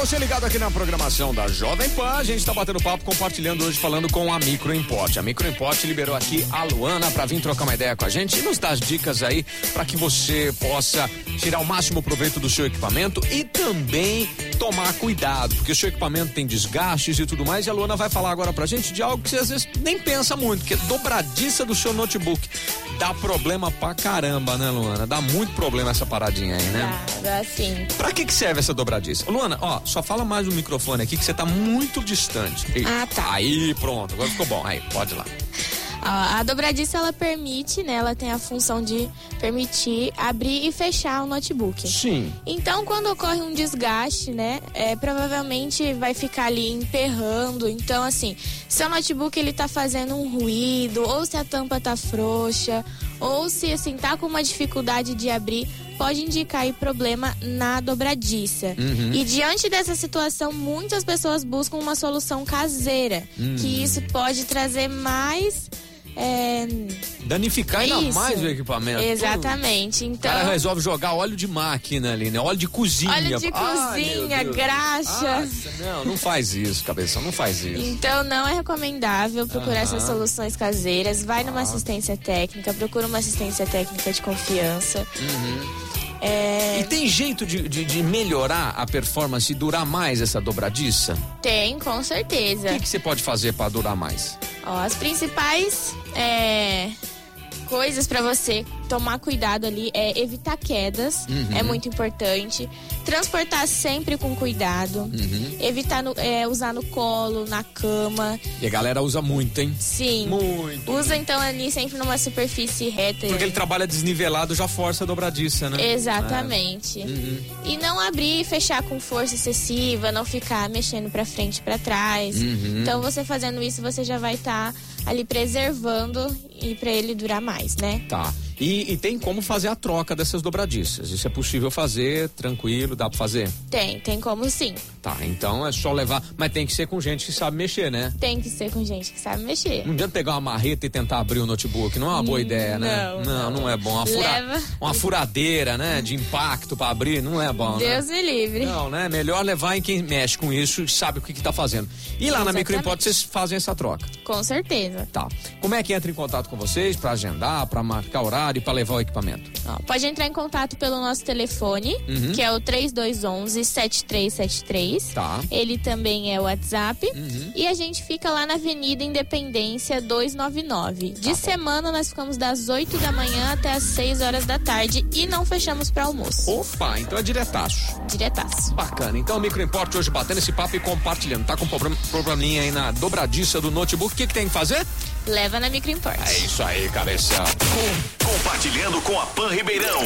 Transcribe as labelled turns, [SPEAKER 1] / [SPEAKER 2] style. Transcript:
[SPEAKER 1] Você ligado aqui na programação da Jovem Pan, a gente está batendo papo, compartilhando hoje, falando com a Micro Import. A Micro Import liberou aqui a Luana para vir trocar uma ideia com a gente e nos dar as dicas aí para que você possa tirar o máximo proveito do seu equipamento e também tomar cuidado, porque o seu equipamento tem desgastes e tudo mais. E a Luana vai falar agora para a gente de algo que você às vezes nem pensa muito, que é dobradiça do seu notebook. Dá problema pra caramba, né, Luana? Dá muito problema essa paradinha aí, né?
[SPEAKER 2] Claro, assim.
[SPEAKER 1] Pra que, que serve essa dobradiça? Luana, ó, só fala mais um microfone aqui que você tá muito distante. Ih,
[SPEAKER 2] Ah, tá.
[SPEAKER 1] Aí, pronto, agora ficou bom. Aí, pode ir lá.
[SPEAKER 2] Ó, a dobradiça ela permite, né? Ela tem a função de permitir abrir e fechar o notebook.
[SPEAKER 1] Sim.
[SPEAKER 2] Então, quando ocorre um desgaste, né, é, provavelmente vai ficar ali emperrando. Então, assim, se o notebook ele tá fazendo um ruído, ou se a tampa tá frouxa, ou se assim tá com uma dificuldade de abrir, pode indicar aí problema na dobradiça.
[SPEAKER 1] Uhum.
[SPEAKER 2] E diante dessa situação, muitas pessoas buscam uma solução caseira,
[SPEAKER 1] Uhum.
[SPEAKER 2] que isso pode trazer mais é,
[SPEAKER 1] Danificar ainda
[SPEAKER 2] Isso.
[SPEAKER 1] mais o equipamento.
[SPEAKER 2] exatamente.
[SPEAKER 1] O
[SPEAKER 2] Então,
[SPEAKER 1] cara resolve jogar óleo de máquina ali, né? Óleo de cozinha.
[SPEAKER 2] Óleo de
[SPEAKER 1] Ai, meu
[SPEAKER 2] cozinha,
[SPEAKER 1] Deus.
[SPEAKER 2] graxa.
[SPEAKER 1] Ah, não, não faz isso, cabeção, não faz isso.
[SPEAKER 2] Então não é recomendável
[SPEAKER 1] Aham.
[SPEAKER 2] procurar essas soluções caseiras. Vai numa assistência técnica, procura uma assistência técnica de confiança.
[SPEAKER 1] Uhum.
[SPEAKER 2] É,
[SPEAKER 1] E tem jeito de, de- de melhorar a performance e durar mais essa dobradiça?
[SPEAKER 2] Tem, com certeza.
[SPEAKER 1] O que, que você pode fazer pra durar mais?
[SPEAKER 2] Ó, as principais é, coisas pra você tomar cuidado ali é evitar quedas,
[SPEAKER 1] Uhum.
[SPEAKER 2] é muito importante. Transportar sempre com cuidado.
[SPEAKER 1] Uhum.
[SPEAKER 2] Evitar no- é, usar no colo, na cama.
[SPEAKER 1] E a galera usa muito, hein?
[SPEAKER 2] Sim.
[SPEAKER 1] Muito.
[SPEAKER 2] Usa então ali sempre numa superfície reta.
[SPEAKER 1] Porque ele trabalha desnivelado, já força a dobradiça,
[SPEAKER 2] É.
[SPEAKER 1] né? Uhum.
[SPEAKER 2] Exatamente. E não abrir e fechar com força excessiva, não ficar mexendo pra frente e pra trás.
[SPEAKER 1] Uhum.
[SPEAKER 2] Então você fazendo isso, você já vai estar ali preservando e pra ele durar mais, né?
[SPEAKER 1] Tá. E, e tem como fazer a troca dessas dobradiças. Isso é possível fazer, tranquilo, dá pra fazer?
[SPEAKER 2] Tem, tem como sim.
[SPEAKER 1] Tá, então é só levar. Mas tem que ser com gente que sabe mexer, né?
[SPEAKER 2] Tem que ser com gente que sabe mexer.
[SPEAKER 1] Não adianta pegar uma marreta e tentar abrir o notebook. Não é uma boa ideia, né?
[SPEAKER 2] Hum, não.
[SPEAKER 1] não, não é bom. Uma, fura-
[SPEAKER 2] Leva-
[SPEAKER 1] uma furadeira, né? De impacto pra abrir, não é bom, né?
[SPEAKER 2] Deus me livre.
[SPEAKER 1] Não, né? Melhor levar em quem mexe com isso e sabe o que, que tá fazendo. E lá na
[SPEAKER 2] Exatamente.
[SPEAKER 1] Microimport vocês fazem essa troca.
[SPEAKER 2] Com certeza.
[SPEAKER 1] Tá. Como é que entra em contato com vocês pra agendar, pra marcar horário e pra levar o equipamento?
[SPEAKER 2] Ó, pode entrar em contato pelo nosso telefone, que é o 3211-7373.
[SPEAKER 1] Tá.
[SPEAKER 2] Ele também é o WhatsApp. E a gente fica lá na Avenida Independência 299. De semana, nós ficamos das 8 da manhã até as 6 horas da tarde e não fechamos para almoço.
[SPEAKER 1] Opa, então é diretaço.
[SPEAKER 2] Diretaço.
[SPEAKER 1] Bacana. Então, o Microimport hoje batendo esse papo e compartilhando. Tá com problem- probleminha aí na dobradiça do notebook. O que, que tem que fazer?
[SPEAKER 2] Leva na Microimport.
[SPEAKER 1] É isso aí, cabeção.
[SPEAKER 3] Compartilhando com a Pan Ribeirão.